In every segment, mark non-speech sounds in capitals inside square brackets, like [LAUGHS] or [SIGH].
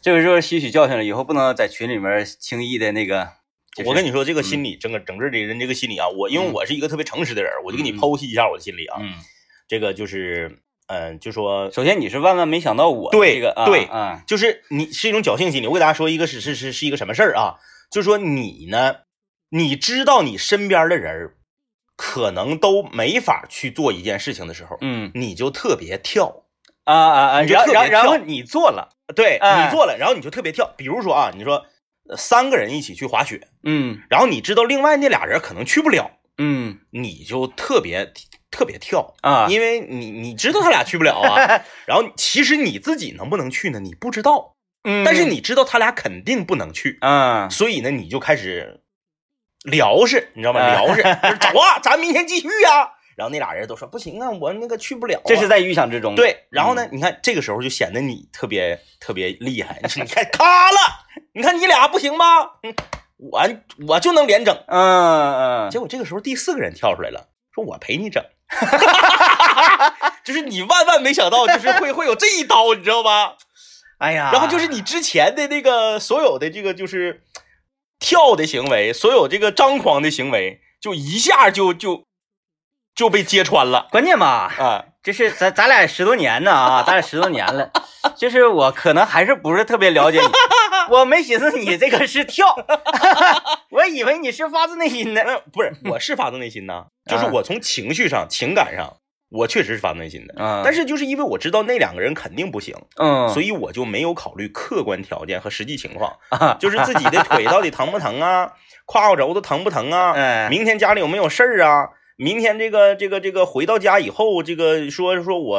这个就是吸取教训了，以后不能在群里面轻易的那个。就是我跟你说，这个心理，整个整个这人这个心理啊，我因为嗯我是一个特别诚实的人，我就给你嗯剖析一下我的心理啊。嗯，这个就是，嗯，就说首先你是万万没想到我对这个啊对啊，就是你是一种侥幸心理。我给大家说一个是是是是一个什么事儿啊？就是说你呢，你知道你身边的人儿可能都没法去做一件事情的时候，嗯你就特别跳。啊啊啊，你就然特别然然后跳你做了，对哎你做了，然后你就特别跳。比如说啊，你说呃三个人一起去滑雪，嗯然后你知道另外那俩人可能去不了，嗯你就特别特别跳。啊，因为你你知道他俩去不了 [LAUGHS] 啊，然后其实你自己能不能去呢？你不知道，嗯但是你知道他俩肯定不能去，啊所以呢，你就开始聊是，你知道吗？啊 [LAUGHS] 聊是，就是走啊，咱明天继续呀、然后那俩人都说不行啊，我那个去不了啊、这是在嗯预想之中，对。然后呢，你看这个时候就显得你特别特别厉害，你看咔了，你看你俩不行吗？嗯我我就能连整。嗯，嗯结果这个时候第四个人跳出来了，说我陪你整。就是你万万没想到，就是会会有这一刀，你知道吧？哎呀，然后就是你之前的那个所有的这个就是跳的行为，所有这个张狂的行为，就一下就就就被揭穿了 [LAUGHS] 关键吧，啊！这是咱咱俩十多年呢啊，咱俩十多年了， [LAUGHS] 就是我可能还是不是特别了解你，我没寻思你这个是跳， [LAUGHS] 我以为你是发自内心的，那不是，我是发自内心呐，就是我从情绪上、情感上，我确实是发自内心的。嗯，但是是就是因为我知道那两个人肯定不行，嗯，所以以我就没有考虑客观条件和实际情况， [LAUGHS] 啊，就是自己的腿到底疼不疼 [LAUGHS] 啊，胯骨轴子疼不疼啊，嗯，明天家里有没有事儿啊？明天这个这个这个回到家以后，这个说说我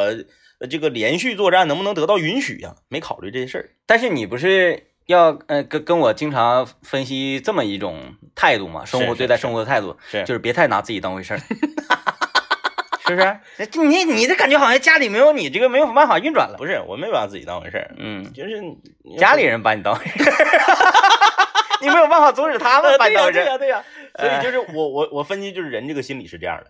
呃这个连续作战能不能得到允许呀、没考虑这些事儿。但是你不是要呃跟跟我经常分析这么一种态度嘛？生活是对待是生活的态度是就是别太拿自己当回 [LAUGHS] 事儿，是不是？这你你这感觉好像家里没有你这个没有办法运转了。不是，我没把自己当回事儿，嗯，就是你 [LAUGHS] 家里人把你当回 [LAUGHS] 事儿，你没有办法阻止他们呃把对你呀、当回事对呀、儿。哎对呀、所以就是我我我分析就是人这个心理是这样的，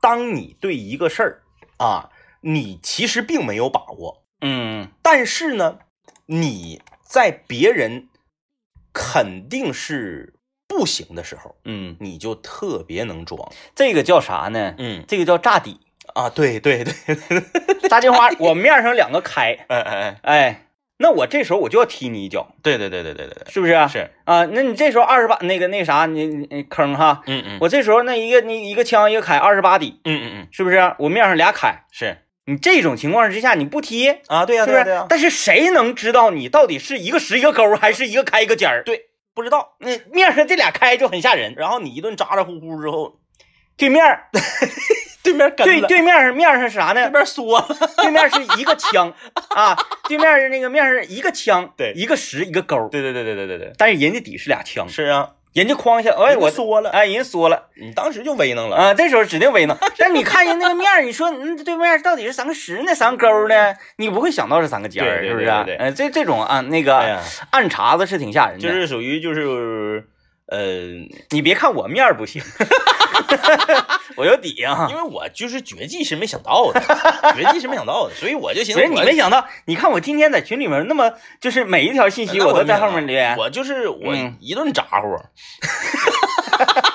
当你对一个事儿啊，你其实并没有把握，嗯但是呢，你在别人肯定是不行的时候，嗯，你就特别能装。这个叫啥呢？嗯这个叫炸 [LAUGHS] 底，啊，对对 [LAUGHS] 对，炸金花，我面上两个开，哎哎哎，哎，那我这时候我就要踢你一脚，对对对对对对对，是不是啊？是，啊，那你这时候二十八那个那啥，你你你坑哈，嗯嗯，我这时候那一个那一个枪一个凯二十八底，嗯嗯嗯是不是？我面上俩凯，是你这种情况之下你不踢，是啊，对呀、不对呀、是对呀、？但是谁能知道你到底是一个十一个勾还是一个开一个尖儿？对，不知道。那面上这俩开就很吓人，然后你一顿咋咋呼呼之后，对面儿 [LAUGHS] 对面跟对了，对面儿面上是啥对呢？面缩了，对面是一个 [LAUGHS] 枪啊，对面是那个面是一个枪，对一个十一个勾， [LAUGHS] 对对对对对对对，但是人家底是俩枪，是啊，人家哐一下，哎人家我缩了哎人缩了。你当时就威能了，啊，这时候指定为呢。但你看人那个面儿，你说嗯，对面到底是三个十呢，三个勾呢？你不会想到是三个尖儿，对对是不对是啊？对对呃这这种啊，那个、哎呀，暗茬子是挺吓人的。就是属于就是。呃，因你别看我面儿不 [LAUGHS] 行，我有底啊。为我就是绝技是没想到的，绝技是没想到的，所以我就寻不思是我，你没想到，你看我今天在群里面那么，就是每一条信息那我我都在没后想面到留言。我就是我嗯一顿咋呼。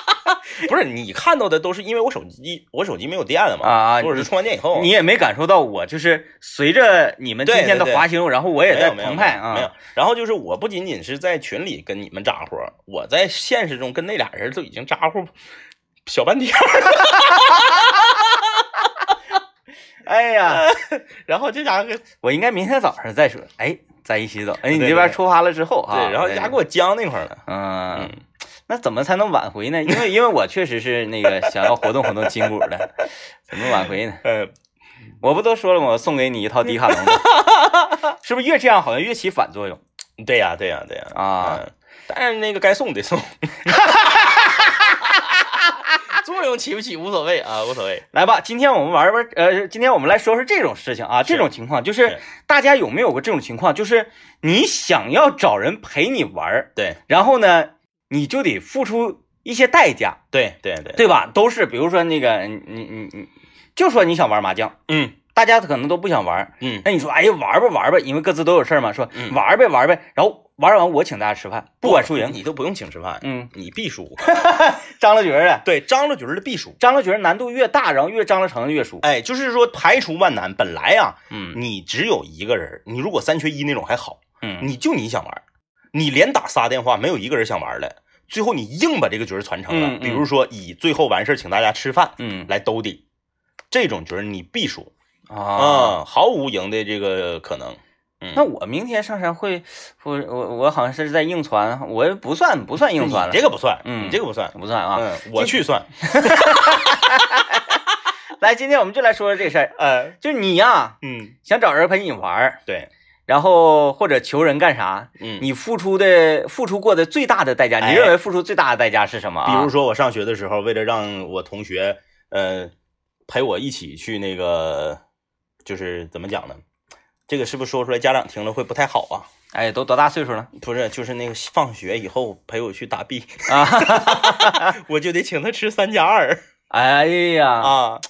[LAUGHS] 不是你看到的都是因为我手机，我手机没有电了嘛，啊或者是充完电以后，你也没感受到我就是随着你们今对天的对对滑行，然后我也没有在没有澎湃没有啊。。然后就是我不仅仅是在群里跟你们咋呼，我在现实中跟那俩人都已经咋呼小半天儿，哎呀，然后这家伙我应该明天早上再说。哎，在一起走。哎，你对这边对出发了之后啊，对，然后这家哎给我僵那块儿了。嗯，那怎么才能挽回呢？因为因为我确实是那个想要活动活动筋骨的，怎么挽回呢？呃，我不都说了吗？我送给你一套迪卡侬吗， [LAUGHS] 是不是越这样好像越起反作用对呀、对呀、对呀、啊？嗯，但是那个该送得 [LAUGHS] 送，作用起不起无所谓啊，无所谓。来吧，今天我们玩玩，呃，今天我们来说说这种事情啊，这种情况就是是大家有没有过这种情况？就是你想要找人陪你玩儿，对然后呢，你就得付出一些代价，对对对，对吧？都是比如说那个，你你你，就说你想玩麻将，嗯，大家可能都不想玩儿。嗯那你说，哎呀，玩吧玩吧，因为各自都有事儿嘛，说嗯玩呗玩呗，然后玩完我请大家吃饭，不管输赢。你都不用请吃饭，嗯，你必输。张罗局儿的， [LAUGHS] 对，张罗局儿的必输。张罗局儿难度越大，然后越张罗成的越输。哎，就是说排除万难，本来啊，嗯你只有一个人，你如果三缺一那种还好，嗯，你就你想玩，你连打仨电话，没有一个人想玩了，最后你硬把这个局儿传承了。嗯嗯比如说以最后完事儿请大家吃饭嗯来兜底，这种局儿你必输啊，啊、毫无赢的这个可能。嗯，那我明天上山会，我我我好像是在硬传，我也不算不算硬传你了，这个不算，嗯你这个不算。不算啊。嗯，我去 [LAUGHS] 算。嗯来，今天我们就来说说这事儿，呃，就是你呀、嗯，想找人陪你玩儿，对，然后或者求人干啥，嗯，你付出的付出过的最大的代价，哎你认为付出最大的代价是什么、啊？比如，说我上学的时候，为了让我同学呃陪我一起去那个，就是怎么讲呢？这个是不是说出来家长听了会不太好啊？哎，都多大岁数了不是，就是那个放学以后陪我去打 B，啊啊？ [LAUGHS] 我就得请他吃三加二哎呀，啊，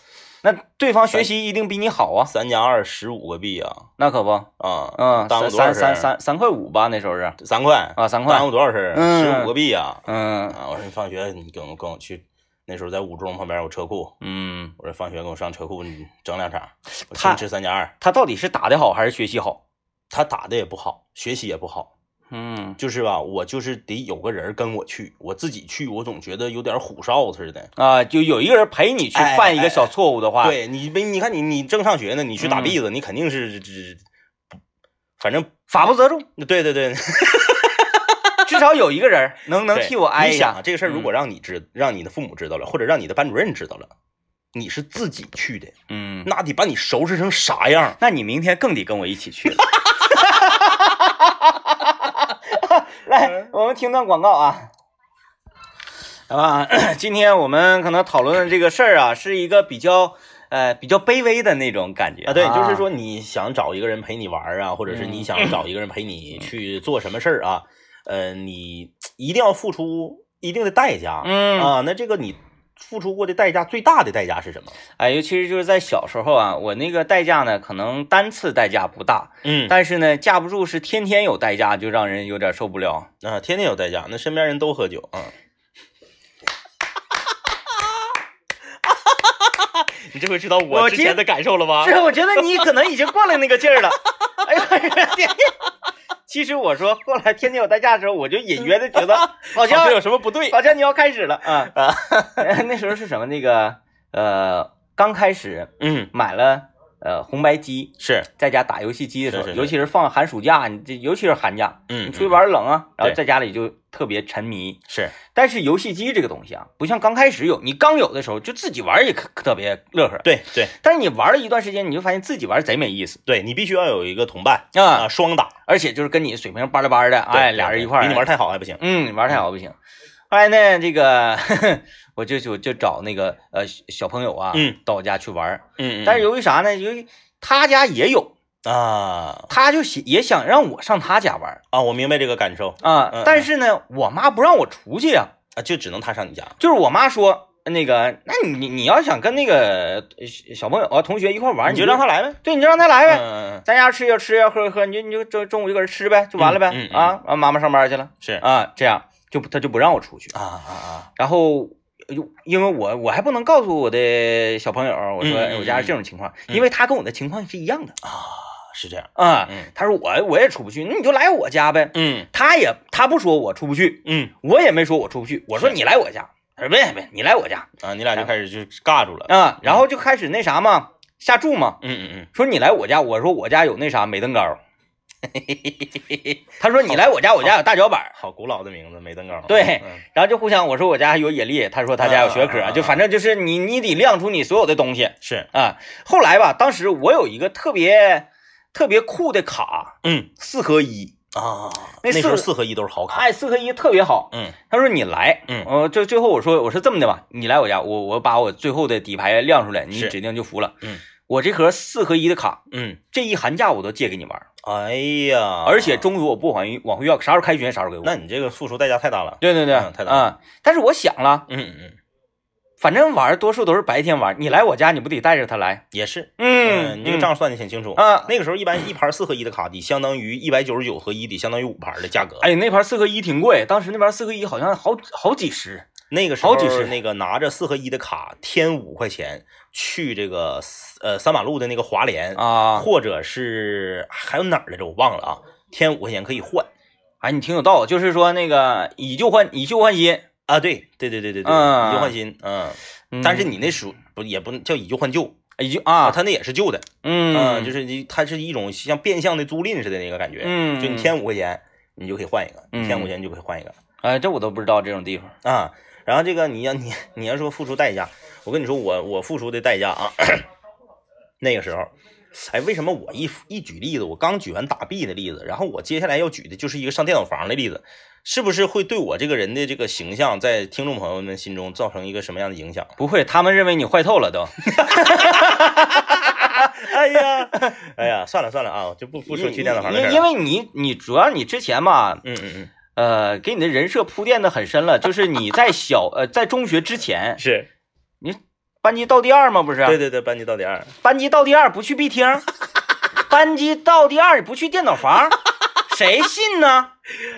那对方学习一定比你好啊，三加二十五个币啊那可不，啊，嗯，耽三误多少三事三儿三三块五吧，那时候是三块，啊，三耽块，误多少事儿？嗯十五个币啊嗯啊！我说你放学你跟我跟我去，那时候在五中旁边有车库，嗯，我说放学跟我上车库你整两场，我他请吃三加二。他到底是打的好还是学习好？他打的也不好，学习也不好，嗯就是吧，我就是得有个人跟我去，我自己去，我总觉得有点虎哨似的。啊，就有一个人陪你去哎犯一哎个小错误的话，对你没，你看你你正上学呢，你去打嗯篦子，你肯定是只，反正法不责众，对对对，至少有一个人儿能能对替我挨你一想下嗯啊。这个事儿，如果让你知，让你的父母知道了，或者让你的班主任知道了，你是自己去的，嗯，那得把你收拾成啥样？那你明天更得跟我一起 [LAUGHS] 去了。来，我们听段广告啊。啊， [CLEARS THROAT] 今天我们可能讨论的这个事儿啊，是一个比较呃比较卑微的那种感觉啊，对，就是，说你想找一个人陪你玩儿啊，或者是嗯你想找一个人陪你去做什么事儿啊，呃，你一定要付出一定的代价。嗯，啊，那这个你付出过的代价最大的代价是什么？哎，尤其是就是在小时候啊，我那个代价呢，可能单次代价不大，嗯啊、但是呢，架不住是天天有代价，就让人有点受不了。啊天天有代价，那身边人都喝酒啊。 [LAUGHS] 你这回知道我我之今前的感受了吧？是，我觉得你可能已经过了那个劲儿了。哎呦我天！其实我说后来天天有代驾的时候，我就隐约的觉 [LAUGHS] 得好好像像有什么不对？好像你要开始了啊 [LAUGHS] 啊！那时候是什么？那个呃，刚开始嗯，买了呃红白机，是，在家打游戏机的时候，是是是尤其是放寒暑假，你这尤其是寒假，嗯你出去玩冷啊，然后对在家里就特别沉迷。是，但是游戏机这个东西啊，不像刚开始有，你刚有的时候就自己玩也可特别乐呵。对对但是你玩了一段时间，你就发现自己玩贼没意思对，你必须要有一个同伴啊，啊，双打，而且就是跟你水平巴拉巴拉的，哎，对俩人对一块儿，比你玩太好还不行。嗯，你玩太好不行。后来呢，这个 [LAUGHS] 我就就就找那个呃小小朋友啊，嗯，到我家去玩儿，嗯但是由于啥呢？由于他家也有，啊他就想也想让我上他家玩儿啊，我明白这个感受啊、嗯但是呢，我妈不让我出去呀、啊，就只能他上你家。就是我妈说。那个，那你你你要想跟那个呃小小朋友啊同学一块儿玩儿，你你就让他来呗，对，你就让他来呗。嗯，嗯咱家吃就吃，要喝就喝，你就你就中中午就搁这吃呗，就完了呗。嗯嗯嗯啊，完妈妈上班去了是啊啊，这样就不他就不让我出去。啊啊，然后又因为我我还不能告诉我的小朋友，我说嗯嗯哎我家是这种情况，嗯因为他跟我的情况是一样的是这样。啊。嗯他说我我也出不去，那你就来我家呗。嗯他也他不说我出不去，嗯，我也没说我出不去，我说是你来我家，他说别别，你来我家啊，你俩哎就开始就尬住了。啊，然后就开始那啥嘛，下注嘛。嗯嗯嗯，说你来我家，我说我家有那啥美登高， [LAUGHS] 他说你来我家，我家有大脚板儿，好古老的名字，美登高。对嗯然后就互相我说我家有野力，他说他家有学科，啊就反正就是你你得亮出你所有的东西，是，啊，后来吧，当时我有一个特别特别酷的卡，嗯四合一，啊，那那时候四四合一都是好卡。哎，四合一特别好。嗯他说你来，嗯呃，最最后我说我说这么的吧，你来我家，我我把我最后的底牌亮出来，你是指定就服了。嗯，我这盒四合一的卡，嗯，这一寒假我都借给你玩，哎呀，而且中途我不往回往回要，啥时候开学啥时候给我。嗯那你这个付出代价太大了。对对对，嗯太大啊、但是我想了，嗯嗯反正玩儿多数都是白天玩儿，你来我家你不得带着他来？也是，嗯，你这个账算的挺清楚。啊，那个时候一般一盘四合一的卡底相当于一百九十九合一得相当于五盘的价格。哎，那盘四合一挺贵，当时那盘四合一好像好好几十，那个时候好几十那个拿着四合一的卡添五块钱去这个呃三马路的那个华联，啊，或者是还有哪儿来着我忘了啊，添五块钱可以换哎，你挺有道理，就是说那个以旧换以旧换新，啊。对对对对对对，嗯以旧换新，嗯。嗯但是你那属不也不叫以旧换旧以旧啊，它那也是旧的，嗯，就是是你它是一种像变相的租赁似的那个感觉，嗯就你添五块钱你就可以换一个，嗯你添五块钱你就可以换一个。哎，这我都不知道这种地方，啊，然后这个你要你你要说付出代价，我跟你说我我付出的代价啊，那个时候，哎，为什么我一一举例子，我刚举完打币的例子，然后我接下来要举的就是一个上电脑房的例子，是不是会对我这个人的这个形象在听众朋友们心中造成一个什么样的影响？不会，他们认为你坏透了都， [LAUGHS] 哎呀， [LAUGHS] 哎呀，算了算了啊，我就不不说去电脑房的事因儿因了。为你你主要你之前吧，嗯嗯嗯，呃，给你的人设铺垫的很深了，就是你在小呃在中学之前，是班级倒第二嘛，不是？对对对，班级到第二，班级倒第二不去 B [LAUGHS] 厅，班级倒第二不去电脑房，谁信呢？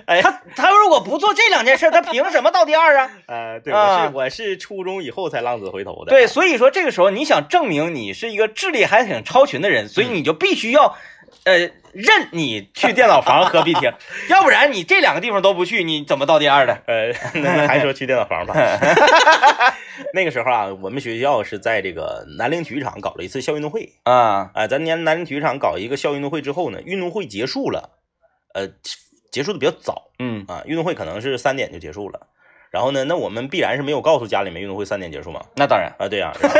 哎他他如果不做这两件事，他凭什么倒第二啊？呃，对，我是我是我是初中以后才浪子回头的， [LAUGHS] 对，所以说这个时候你想证明你是一个智力还挺超群的人，所以你就必须要，呃，任你去电脑房和 B [LAUGHS] 厅，要不然你这两个地方都不去，你怎么倒第二的？ [LAUGHS] 呃，那还说去电脑房吧。那个时候啊，我们学校是在这个南陵体育场搞了一次校运动会。啊，啊、咱年南陵体育场搞一个校运动会之后呢，运动会结束了，呃，结束的比较早嗯啊，运动会可能是三点就结束了。然后呢，那我们必然是没有告诉家里面运动会三点结束嘛。那当然，啊，对呀、然后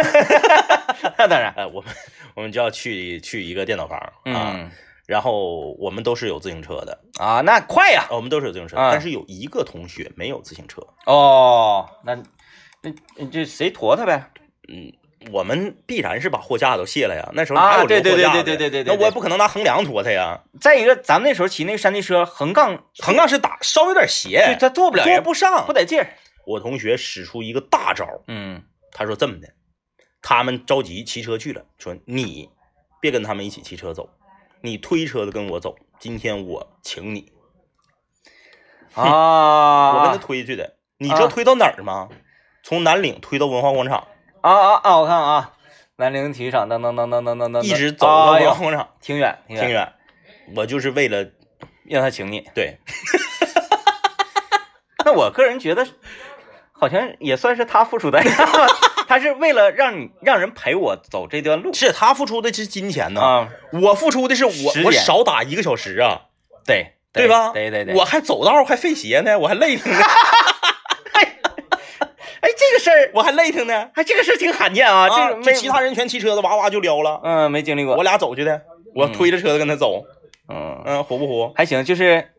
[LAUGHS] 那当然，哎、我们我们就要去去一个电脑房啊，嗯然后我们都是有自行车的，啊，那快呀，啊我们都是有自行车，啊但是有一个同学没有自行车，哦，那那那这谁驮他呗？嗯，我们必然是把货架都卸了呀。那时候啊哪有对人对货架对的？对对对对对那我也不可能拿横梁驮它呀，再一个，咱们那时候骑那个山地车，横杠横杠是打稍微有点对斜，他坐不了哎坐人，不上不。得劲儿。我同学使出一个大招，嗯他说这么的，他们着急骑车去了，说你别跟他们一起骑车走，你推车子跟我走，今天我请你， [LAUGHS] 啊，我跟他推去的。你知啊道推到哪儿吗？从南岭推到文化广场，啊啊啊！我看啊，南陵体育场，噔噔噔噔噔噔噔，一直走到哎文呦化广场，挺 [LAUGHS] 远，挺挺远，远。我就是为了让他请你。对，那我个人觉得，好像也算是他付 [LAUGHS] 出代价吧，他是为了让你让人陪我走这段路是他付出的是金钱呢，啊，我付出的是我时间我少打一个小时啊，对对吧？对对对，我还走道还费鞋呢，我还累挺呢，哎，这个事儿，我还累挺 [LAUGHS] 呢。哎，这个事儿挺罕见啊，啊这个这没其他人全骑车子哇哇就撩了，嗯没经历过我，俩走去的，我推着车子跟他走，嗯，嗯，虎不虎？还行，就是。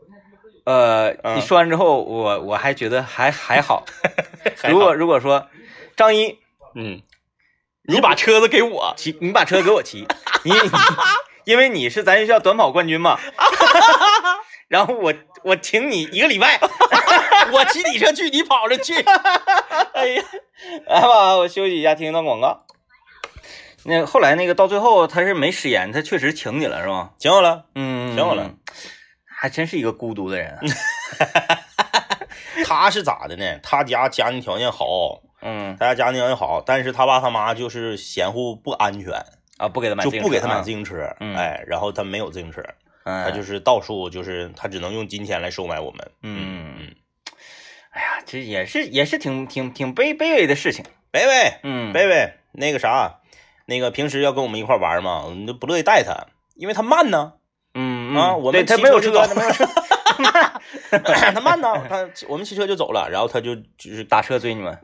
呃，嗯你说完之后，我我还觉得还还好。还好如果如果说张一嗯，你把车子给我，骑，你把车给我 [LAUGHS] 骑，你你因为你是咱学校短跑冠军 [LAUGHS] 嘛，然后我我请你一个礼拜，我骑你车去，你跑着去。哎呀，来吧，我休息一下，听一段广告。那后来那个到最后他是没食言，他确实请你了是吗？ [LAUGHS] 行好了，嗯，挺好了，还真是一个孤独的人 [LAUGHS] 啊。他是咋的呢？他家家庭条件好，嗯他家家庭条件好，但是他爸他妈就是嫌乎不安全，啊，不给他买就自行车啊，哎不给他买自行行车，嗯嗯哎，然后他没有自行车，他他就是到处就是他只能用金钱来收买我们。嗯，哎呀，这也是也是挺挺挺卑卑微的事情。贝贝，嗯，贝贝，那个啥，那个平时要跟我们一块玩嘛，我们就不乐意带他，因为他慢呢。嗯嗯啊，我对们他骑没有就车，他走没有车， [LAUGHS] 他慢呢，他我们骑车就走了，然后他就就是打车追你 [LAUGHS] 们。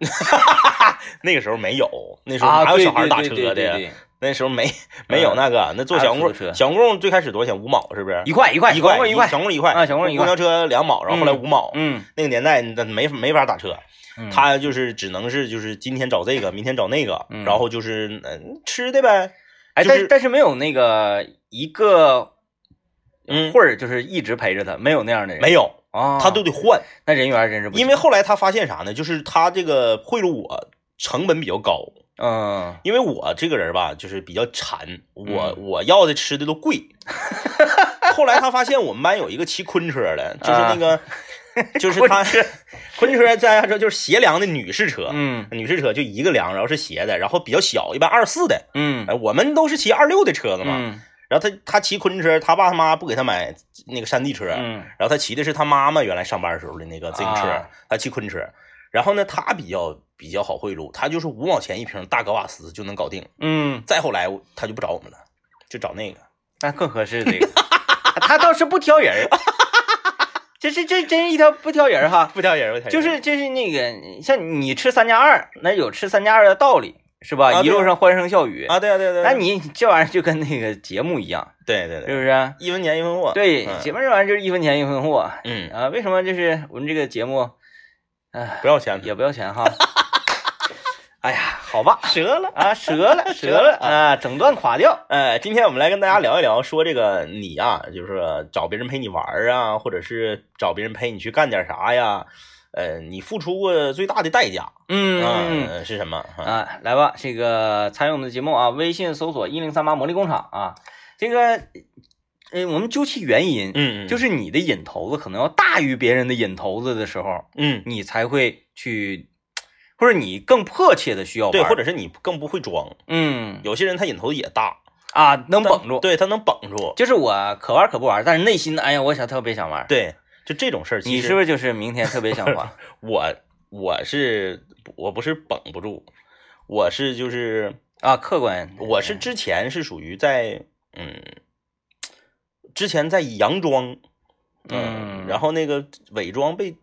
那个时候没有，那时候啊，哪有对小孩对打对车对对嗯啊的呀？对那时候没没有那个，那坐小哪有公出租车小公共最开始多少钱？五毛是不是？一块一块一块块一块小。公共一块啊小公共一块公交车两毛，然后后来嗯五毛。嗯，那个年代那没没法打车，嗯他就是只能是就是今天找这个，明天找那个，嗯然后就是嗯吃的呗，哎，就但是但是没有那个一个嗯，会儿就是一直陪着他，没有那样的人。没有，啊，他都得换，那人缘真是不行，因为后来他发现啥呢？就是他这个贿赂我，成本比较高，嗯，因为我这个人吧，就是比较馋，我我要的吃的 [LAUGHS] 都贵。后来他发现我们班有一个骑昆车的，啊就是那个，就是他 [LAUGHS] 昆车在家说就是斜梁的女士车，嗯女士车就一个梁，然后是斜的，然后比较小，一般二四的。嗯哎，我们都是骑二六的车子嘛。嗯然后他他骑昆车，他爸他妈不给他买那个山地车，嗯然后他骑的是他妈妈原来上班时候的那个自行车，啊他骑昆车。然后呢，他比较比较好贿赂，他就是五毛钱一瓶大格瓦斯就能搞定。嗯，再后来我他就不找我们了，就找那个。那更合适这个， [LAUGHS] 他倒是不挑人儿， [LAUGHS] 这这这真一条不挑人儿哈，不挑人，不挑人就是就是那个像你吃三加二，那有吃三加二的道理是吧？啊一对路上欢声笑语，啊，对啊，对啊对啊，那你这玩意儿就跟那个节目一样，对啊对是对，不是？一分钱一分货，对，嗯节目这玩意儿就是一分钱一分货嗯，啊。为什么就是我们这个节目，唉，不要钱，也不要钱 [LAUGHS] 哈。哎呀，好吧，折了。啊，折了，折了啊，整段垮掉。呃，今天我们来跟大家聊一聊，说这个你啊，就是找别人陪你玩儿啊，或者是找别人陪你去干点啥呀？呃，你付出过最大的代价，嗯。嗯，是什么？啊啊，来吧，这个参与我们的节目啊，微信搜索一零三八魔力工厂啊，这个，呃，我们究其原因，嗯，就是是你的瘾头子可能要大于别人的瘾头子的时候，嗯，你才会去，或者你更迫切的需要玩，对，或者是你更不会装，嗯有些人他瘾头也大，啊，能但绷住，，对他能绷住，就是我可玩可不玩，但是内心哎呀，我想特别想玩，对，就这种事儿，其你实是不是就是明天特别想 [LAUGHS] 玩？我我是我不是绷不住，我是就是啊，客观，我是之前是属于在嗯，之前在佯装，呃嗯然后那个伪装被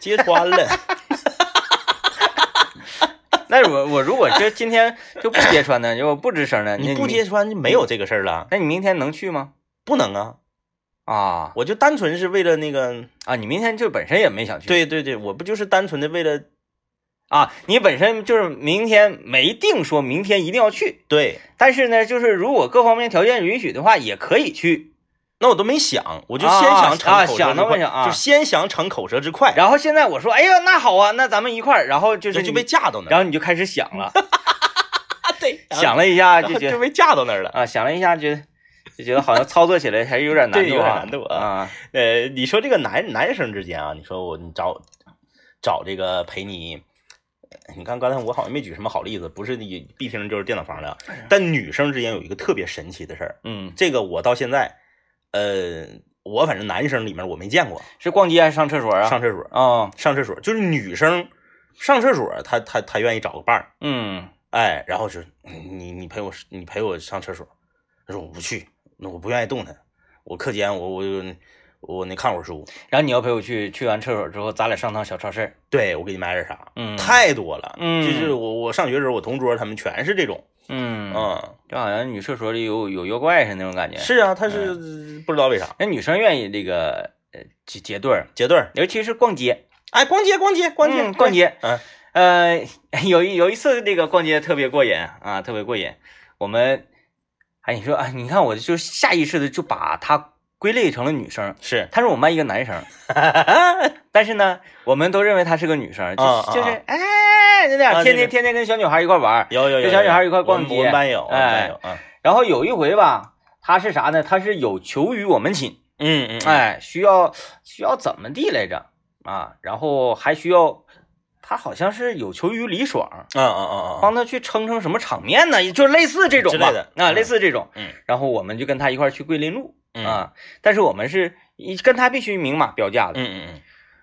揭穿了， [LAUGHS] 那我我如果这今天就不揭穿呢，就不吱声呢，你不揭接，穿就没有这个事儿了，那你明天能去吗？不能啊，啊我就单纯是为了那个，啊！你明天就本身也没想去，对对对，我不就是单纯的为了啊，你本身就是明天没定说明天一定要去，对，但是呢，就是如果各方面条件允许的话，也可以去。那我都没想，我就啊先想啊逞口舌想之都没快，想啊就先想逞口舌之快，然后现在我说，哎呀，那好啊，那咱们一块儿，然后就就是就你被，架到那然儿，后你就开始想了，对，想了一下 [LAUGHS] 然就后觉就得被架到那儿了。 [LAUGHS] 啊，想了一下觉得就觉得好像操作起来还是有点难对度有点啊难度啊啊，呃，你说这个男男生之间啊，你说我你找找这个陪你，呃你看刚才我好像没举什么好例子，不是你必听就是电脑房的。但女生之间有一个特别神奇的事儿，嗯，这个我到现在，呃，我反正男生里面我没见过是逛街还是上厕所啊？上厕所，啊，上厕所就是女生上厕所，她她她愿意找个伴儿，嗯哎，然后就是你你陪我你陪我上厕所，她说我不去，那我不愿意动弹，我课间我我我那看会儿书，然后你要陪我去，去完厕所之后，咱俩上趟小超市，对我给你买点啥。嗯，太多了，嗯就是我我上学的时候，我同桌他们全是这种，嗯嗯，就好像女厕所里有有妖怪似的那种感觉。是啊，他嗯是不知道为啥那女生愿意这个呃结结对儿，结对儿，尤其是逛街，哎，逛街逛街逛街嗯逛，街，嗯呃， [LAUGHS] 有一有一次这个逛街特别过瘾啊，特别过瘾。我们，哎，你说啊，你看我就下意识的就把她归类成了女生，是她是我们班一个男 [LAUGHS] 生，但是呢，我们都认为她是个女生，就啊啊是就是哎，就那啊样，天天那个天天跟小女孩一块玩儿。有有有跟有，小女孩一块有逛我们街我们班有，我们哎班有，啊然后有一回吧，她是啥呢？她是有求于我们寝。嗯嗯，嗯，哎，需要需要怎么地来着啊？然后还需要他好像是有求于李爽，嗯嗯嗯嗯，帮他去撑撑什么场面呢？就类似这种吧之类的啊，嗯类似这种。嗯，然后我们就跟他一块儿去桂林路嗯啊，但是我们是一跟他必须明码标价的，嗯嗯嗯，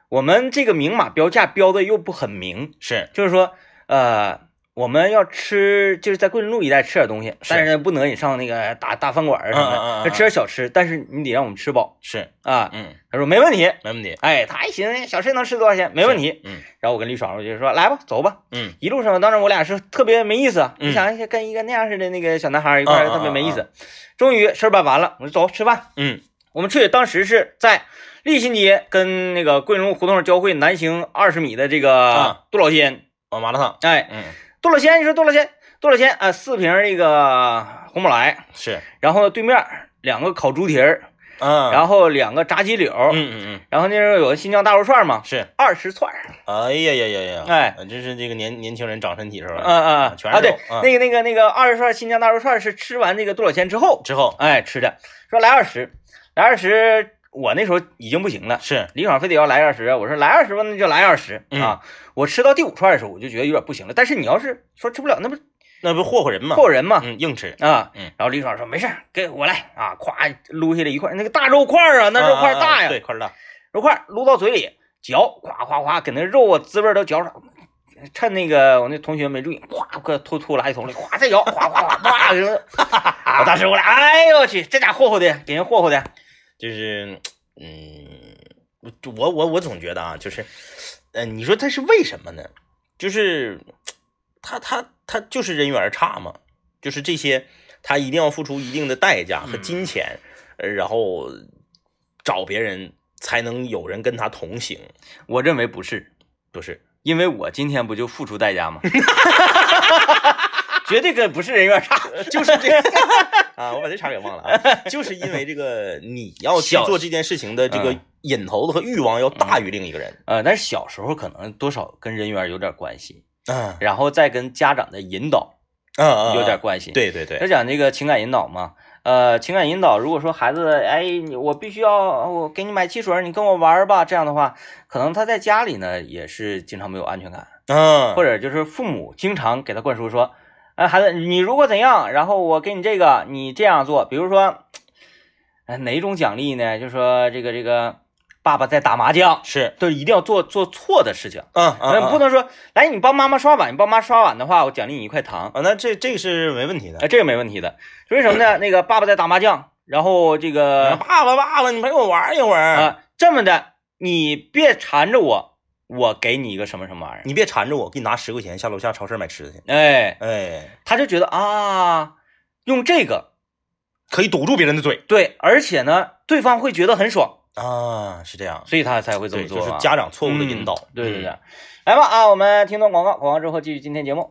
我们这个明码标价标的又不很明，是就是说呃。我们要吃，就是在桂林路一带吃点东西，是但是呢，不能你上那个大大饭馆儿什么的，嗯嗯嗯嗯要吃点小吃，但是你得让我们吃饱是，啊。嗯，他说没问题，没问题，哎，他一寻思小吃能吃多少钱，没问是题。，嗯然后我跟李爽我就说来吧，走吧。嗯一路上当然我俩是特别没意思啊，嗯你想一下跟一个那样似的那个小男孩一块儿嗯嗯特别没意思。终于事儿办完了，我说走吃饭。嗯我们去当时是在立新街跟那个桂林路胡同交汇南行二十米的这个啊杜老仙，哦，麻辣烫，哎，嗯杜老仙，你说杜老仙，杜老仙啊，四瓶这个红宝来，是，然后对面两个烤猪蹄儿，嗯，然后两个炸鸡柳，嗯嗯然后那时候有个新疆大肉串嘛嗯，，是，二十串儿，哎呀呀呀呀，哎，这是这个年年轻人长身体是吧？嗯嗯，全啊是对肉，嗯那个那个那个二十串新疆大肉串是吃完那个多少钱之后，之后哎吃的，说来二十，来二十，我那时候已经不行了。是，李爽非得要来二十，我说来二十吧，那就来二十、嗯啊！我吃到第五串的时候，我就觉得有点不行了。但是你要是说吃不了，那不那不霍霍人吗？扣人吗？嗯，硬吃，啊，嗯然后李爽说没事儿，给我来啊，咵撸下来一块，那个大肉块儿啊，那肉块儿大呀，啊啊啊对，块儿大，肉块儿撸到嘴里嚼，咵咵咵，给那肉啊滋味儿都嚼上。趁那个我那同学没注意，咵，给我吐吐垃圾桶里，咵再咬，咵咵咵咵，给我我当时我俩，哎呦我去，这家霍霍的，给人霍霍的，就是，嗯，我我我总觉得啊，就是，呃，你说他是为什么呢？就是他他他就是人缘儿差嘛，就是这些他一定要付出一定的代价和嗯金钱，呃然后找别人才能有人跟他同行，我认为不是，不是？因为我今天不就付出代价吗？ [LAUGHS] 绝对跟不是人缘差，就是 [LAUGHS] 这个啊，我把这茬给忘了啊，就是因为这个你要去小做这件事情的这个嗯瘾头子和欲望要大于另一个人，呃，但是小时候可能多少跟人缘有点关系，嗯然后再跟家长的引导嗯有点关系。，对对对他，讲这个情感引导嘛，呃，情感引导，如果说孩子，哎，你我必须要我给你买汽水，你跟我玩儿吧，这样的话，可能他在家里呢也是经常没有安全感，嗯，或者就是父母经常给他灌输说，哎，孩子，你如果怎样，然后我给你这个，你这样做，比如说，呃，哪种奖励呢？就说这个这个，爸爸在打麻将，是，就是一定要做做错的事情。嗯那嗯，不能说，来，你帮妈妈刷碗，你帮妈刷碗的话，我奖励你一块糖，啊，那这这个是没问题的哎，。这个没问题的。为什么呢？那个爸爸在打麻将，然后这呃个爸爸，爸爸，你陪我玩一会啊、儿，这么的，你别缠着我，我给你一个什么什么玩意儿。你别缠着我，给你拿十块钱下楼下超市买吃的去。哎，哎，他就觉得啊，用这个可以堵住别人的嘴对，而且呢，对方会觉得很爽，啊，是这样，所以他才会这么对，做就嘛。是家长错误的引导嗯。对对对嗯，，来吧啊，我们听段广告，广告之后继续今天节目。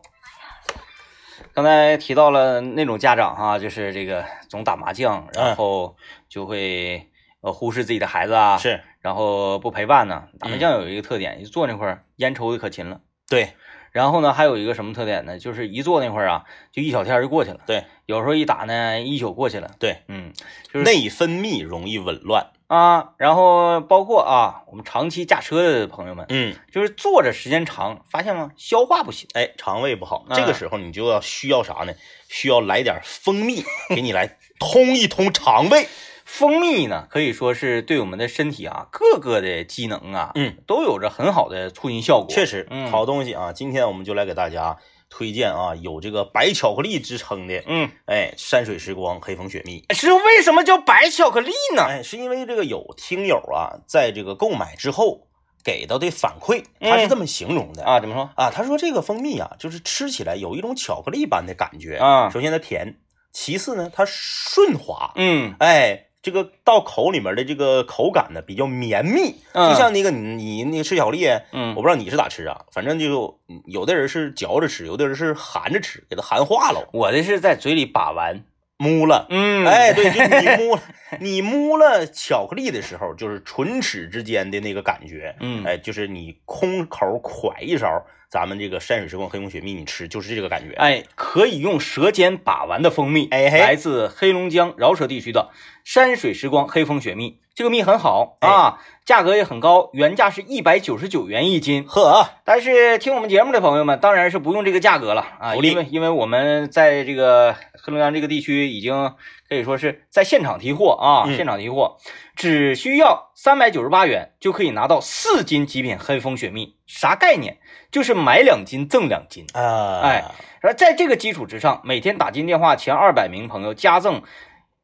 刚才提到了那种家长哈、啊就是这个总打麻将，嗯然后就会呃忽视自己的孩子啊，，是然后不陪伴呢。嗯打麻将有一个特点，一坐那块儿烟抽的可勤了。对然后呢，还有一个什么特点呢？就是一坐那块儿啊，就一小天儿就过去了。对，有时候一打呢，一宿过去了。对，嗯，就是内分泌容易紊乱。啊，然后包括啊，我们长期驾车的朋友们，嗯，就是坐着时间长，发现吗？消化不行。哎，肠胃不好，嗯这个时候你就要需要啥呢？需要来点蜂蜜，给你来通一通 [LAUGHS] 肠胃。蜂蜜呢，可以说是对我们的身体啊各个的机能啊，嗯，都有着很好的促进效果。确实嗯，好东西啊！今天我们就来给大家推荐啊，有这个白巧克力之称的，嗯，哎，山水时光黑蜂雪蜜。是为什么叫白巧克力呢？哎，是因为这个有听友啊，在这个购买之后给到的反馈，嗯他是这么形容的、啊，怎么说？啊，他说这个蜂蜜啊，就是吃起来有一种巧克力般的感觉啊首先它甜，其次呢它顺滑，嗯哎，这个到口里面的这个口感呢比较绵密，嗯就像那个你你那个吃巧克力，嗯我不知道你是咋吃啊，反正就有的人是嚼着吃，有的人是含着吃，给它含化了，我的是在嘴里把玩。摸了。嗯哎，对，就你 [LAUGHS] 摸了，你摸了巧克力的时候，就是唇齿之间的那个感觉，嗯哎，就是你空口蒯一勺咱们这个山水时光黑蜂雪蜜，你吃就是这个感觉。哎，可以用舌尖把玩的蜂蜜，哎嘿来自黑龙江饶舌地区的山水时光黑蜂雪蜜，这个蜜很好哎啊，价格也很高，原价是一百九十九元一斤。呵啊，但是听我们节目的朋友们，当然是不用这个价格了啊，福利因为因为我们在这个黑龙江这个地区已经可以说是在现场提货啊，嗯现场提货，只需要三百九十八元就可以拿到四斤极品黑蜂雪蜜，啥概念？就是买两斤赠两斤。啊，哎，然后在这个基础之上，每天打进电话前二百名朋友加赠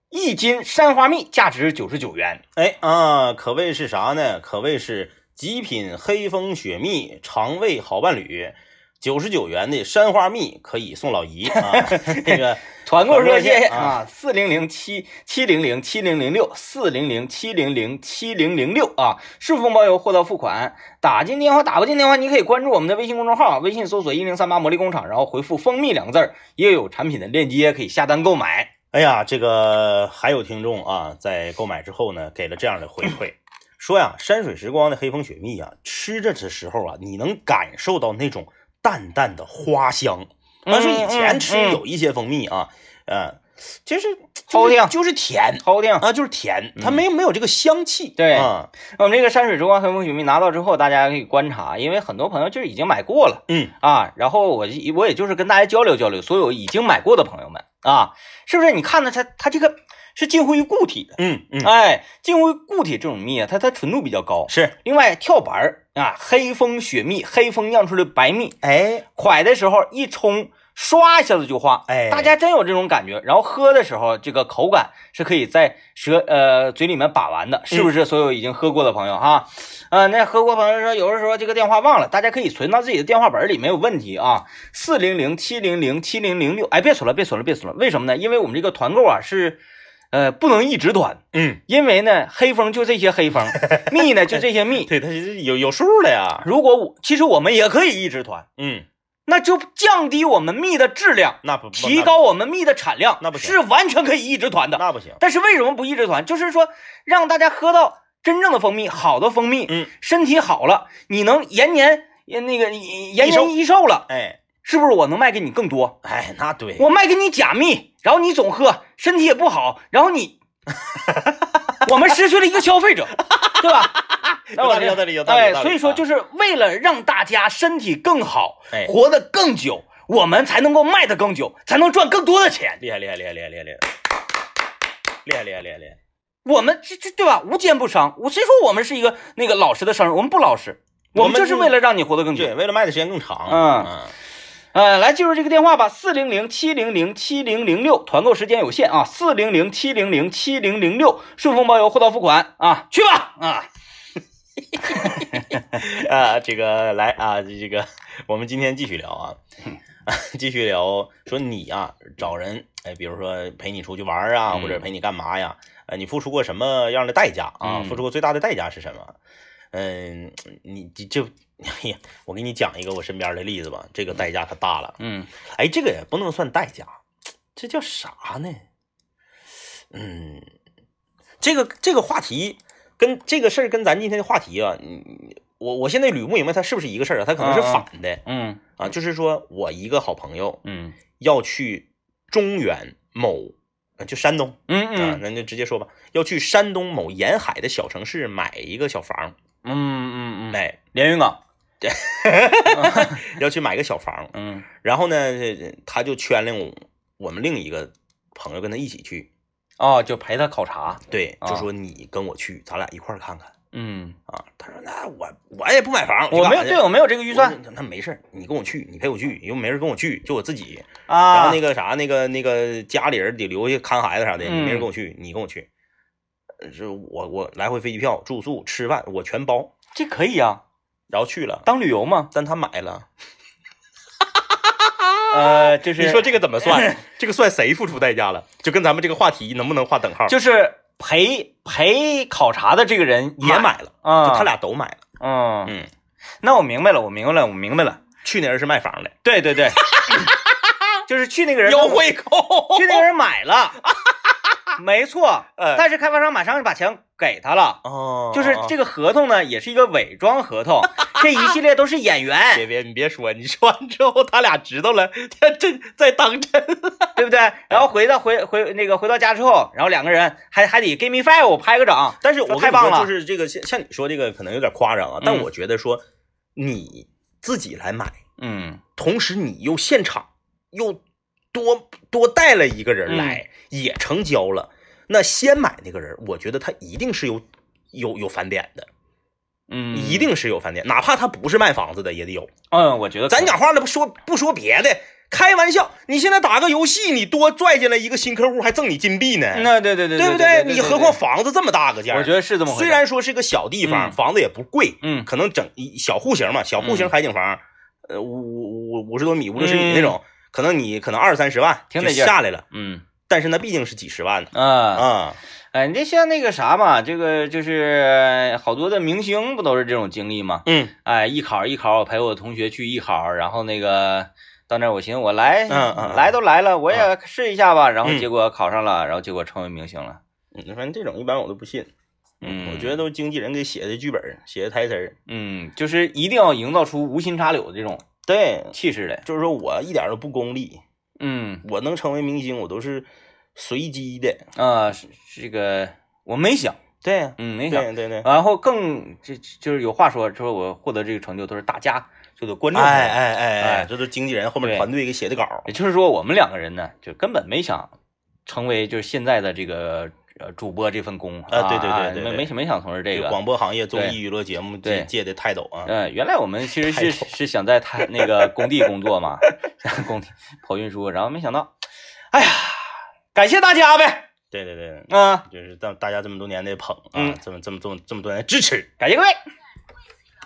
一斤山花蜜，价值九十九元。哎啊，可谓是啥呢？可谓是极品黑蜂雪蜜，肠胃好伴侣。九十九元的山花蜜可以送老姨啊，这个团购热团购热线线啊，四零零七七零零七零零六，四零零七零零七零零六啊，顺丰包邮，货到付款。打进电话，打不进电话，你可以关注我们的微信公众号，微信搜索一零三八魔力工厂，然后回复“蜂蜜”两个字儿，也有产品的链接可以下单购买。哎呀，这个还有听众啊，在购买之后呢，给了这样的回馈，说呀，山水时光的黑蜂雪蜜啊，吃着的时候啊，你能感受到那种淡淡的花香。但是以前吃有一些蜂蜜啊，呃，就是齁就是甜就是甜齁甜。啊，就是甜，它没有没有这个香气。对啊，我们这个山水之光黑蜂雪蜜拿到之后，大家可以观察，因为很多朋友就是已经买过了嗯，啊。然后我就我也就是跟大家交流交流，所有已经买过的朋友们啊，是不是？你看呢，它它这个是近乎于固体的，嗯嗯，哎，近乎于固体这种蜜啊，它它纯度比较高。是，另外跳板儿啊，黑蜂雪蜜，黑蜂酿出的白蜜，哎蒯的时候一冲，唰一下子就化，哎大家真有这种感觉。然后喝的时候，这个口感是可以在舌呃嘴里面把玩嗯的，是不是？所有已经喝过的朋友哈，啊，那喝过朋友说，有的时候这个电话忘了，大家可以存到自己的电话本里，没有问题啊。四零零七零零七零零六，哎，别存了，别存了，别存了。为什么呢？因为我们这个团购啊是，呃，不能一直团。嗯，因为呢，黑蜂就这些黑 [LAUGHS] 蜂，蜜呢就这些蜜。对，它是有有数了呀。如果我其实我们也可以一直团，嗯，那就降低我们蜜的质量，那不提高我们蜜的产量，那不行是完全可以一直团的。那不行。但是为什么不一直团？就是说让大家喝到真正的蜂蜜，好的蜂蜜，嗯，身体好了，你能延年呃那个延益寿年益寿了，哎是不是？我能卖给你更多，哎，那对，我卖给你假蜜，然后你总喝，身体也不好，然后 [LAUGHS] 你，我们失去了一个消费者，对 [LAUGHS] 吧？那我有道理有道理有道理有哎，道理所以说啊就是为了让大家身体更好，哎活得更久，我们才能够卖得更久，才能赚更多的钱。厉害厉害厉害厉害厉害厉害厉害厉害厉害厉害。我们这这对吧？无奸不商，我谁说我们是一个那个老实的商人？我们不老实，我我们们就是就为了让你活得更久。对，为了卖的时间更长。嗯嗯，呃，来记住这个电话吧，四零零七零零七零零六，团购时间有限啊，四零零七零零七零零六，顺丰包邮，货到付款啊，去吧啊， [LAUGHS] 啊，这个来啊，这个我们今天继续聊啊，嗯继续聊说你啊找人，哎，比如说陪你出去玩儿啊，嗯或者陪你干嘛呀？呃，你付出过什么样的代价啊？嗯付出过最大的代价是什么？嗯，你这这， [LAUGHS] 哎呀，我给你讲一个我身边的例子吧，这个代价可大了。嗯哎，这个也不能算代价，这叫啥呢？嗯，这个这个话题跟这个事儿跟咱今天的话题啊，嗯，我我现在捋不明白它是不是一个事儿啊，它可能是啊反的嗯啊就是说我一个好朋友嗯要去中原某，呃就山东嗯啊，嗯咱就直接说吧，要去山东某沿海的小城市买一个小房，嗯嗯嗯，哎，连云港，要去买个小房，嗯然后呢，这这他就圈了我我们另一个朋友跟他一起去，哦，就陪他考察，对，就啊说你跟我去，咱俩一块儿看看嗯，啊。他说那我我也不买房，我没有，去干啥去对我没有这个预我算那没事儿，你跟我去，你陪我去，又没人跟我去，就我自己。然啊后那，个啥，那个那个家里人得留下看孩子啥的，嗯你没人跟我去，你跟我去。呃是我我来回飞机票、住宿、吃饭我全包，这可以啊，然后去了，当旅游嘛，但他买了。呃，就是 [LAUGHS] 你说这个怎么 [LAUGHS] 算？这个算谁付出代价了？就跟咱们这个话题能不能划等号？就是陪陪考察的这个人也买买了，就啊，他俩都买了。嗯。嗯，那我明白了，我明白了，我明白了。去那人是卖房的，对对 [LAUGHS] 对，就是去那个人，惠扣。去那个人买 [LAUGHS] 了，没错。呃但是开发商马上就把钱给他了，哦，就是哦这个合同呢，也是一个伪装合 [LAUGHS] 同，这一系列都是演员，别别，你别说，你说完之后，他俩知道了，他真在当真。 [LAUGHS] 对不对？然后回到回回那个回到家之后，然后两个人还还得 give me five 拍个掌，但是我跟你太棒说了就是这个像像你说这个可能有点夸张啊，但嗯我觉得说你自己来买，嗯同时你又现场又多多带了一个人来，也成交了。那先买那个人，我觉得他一定是有有有返点的，嗯，一定是有返点，哪怕他不是卖房子的也得有。嗯，我觉得咱讲话了，不说不说别的，开玩笑，你现在打个游戏，你多拽进来一个新客户，还赠你金币呢，那嗯对对对对不对对？你何况房子这么大个价，我觉得是这么回事。虽然说是个小地方，嗯房子也不贵，嗯可能整一小户型嘛，小户型嗯海景房，呃，五五五五十多米、五六十米那种，可能你可能二三十万挺就得劲儿下来了，嗯但是那毕竟是几十万呢，啊啊，哎，你这像那个啥嘛，这个就是好多的明星不都是这种经历吗？嗯哎，艺考艺考，我陪我同学去艺考，然后那个到那儿我寻思我来，嗯嗯来都来了，我也试一下吧。然后嗯结果考上了，然后结果成为明星了。嗯反正这种一般我都不信。嗯我觉得都是经纪人给写的剧本儿，写的台词儿。嗯，就是一定要营造出无心插柳这种对，气势来。就是说我一点儿都不功利，嗯我能成为明星，我都是随机的。啊，是是这个我没想，对呀，嗯，没对想。对对，然后更这就是有话说，说我获得这个成就都是大家，就得观众。哎哎哎哎哎，这都是经纪人后面对团队给写的稿儿。也就是说，我们两个人呢，就根本没想成为就是现在的这个呃主播这份工啊对对对对没对没没想从事这就个。广播行业综对艺娱乐节目对界界的泰斗啊，嗯，原来我们其实是太是想在他那个工地工作 [LAUGHS] 嘛，工地跑运输，然后没想到，哎呀，感谢大家呗，对对对，啊、就是大大家这么多年的捧啊，嗯这么这么这么这么多年的支持，感谢各位，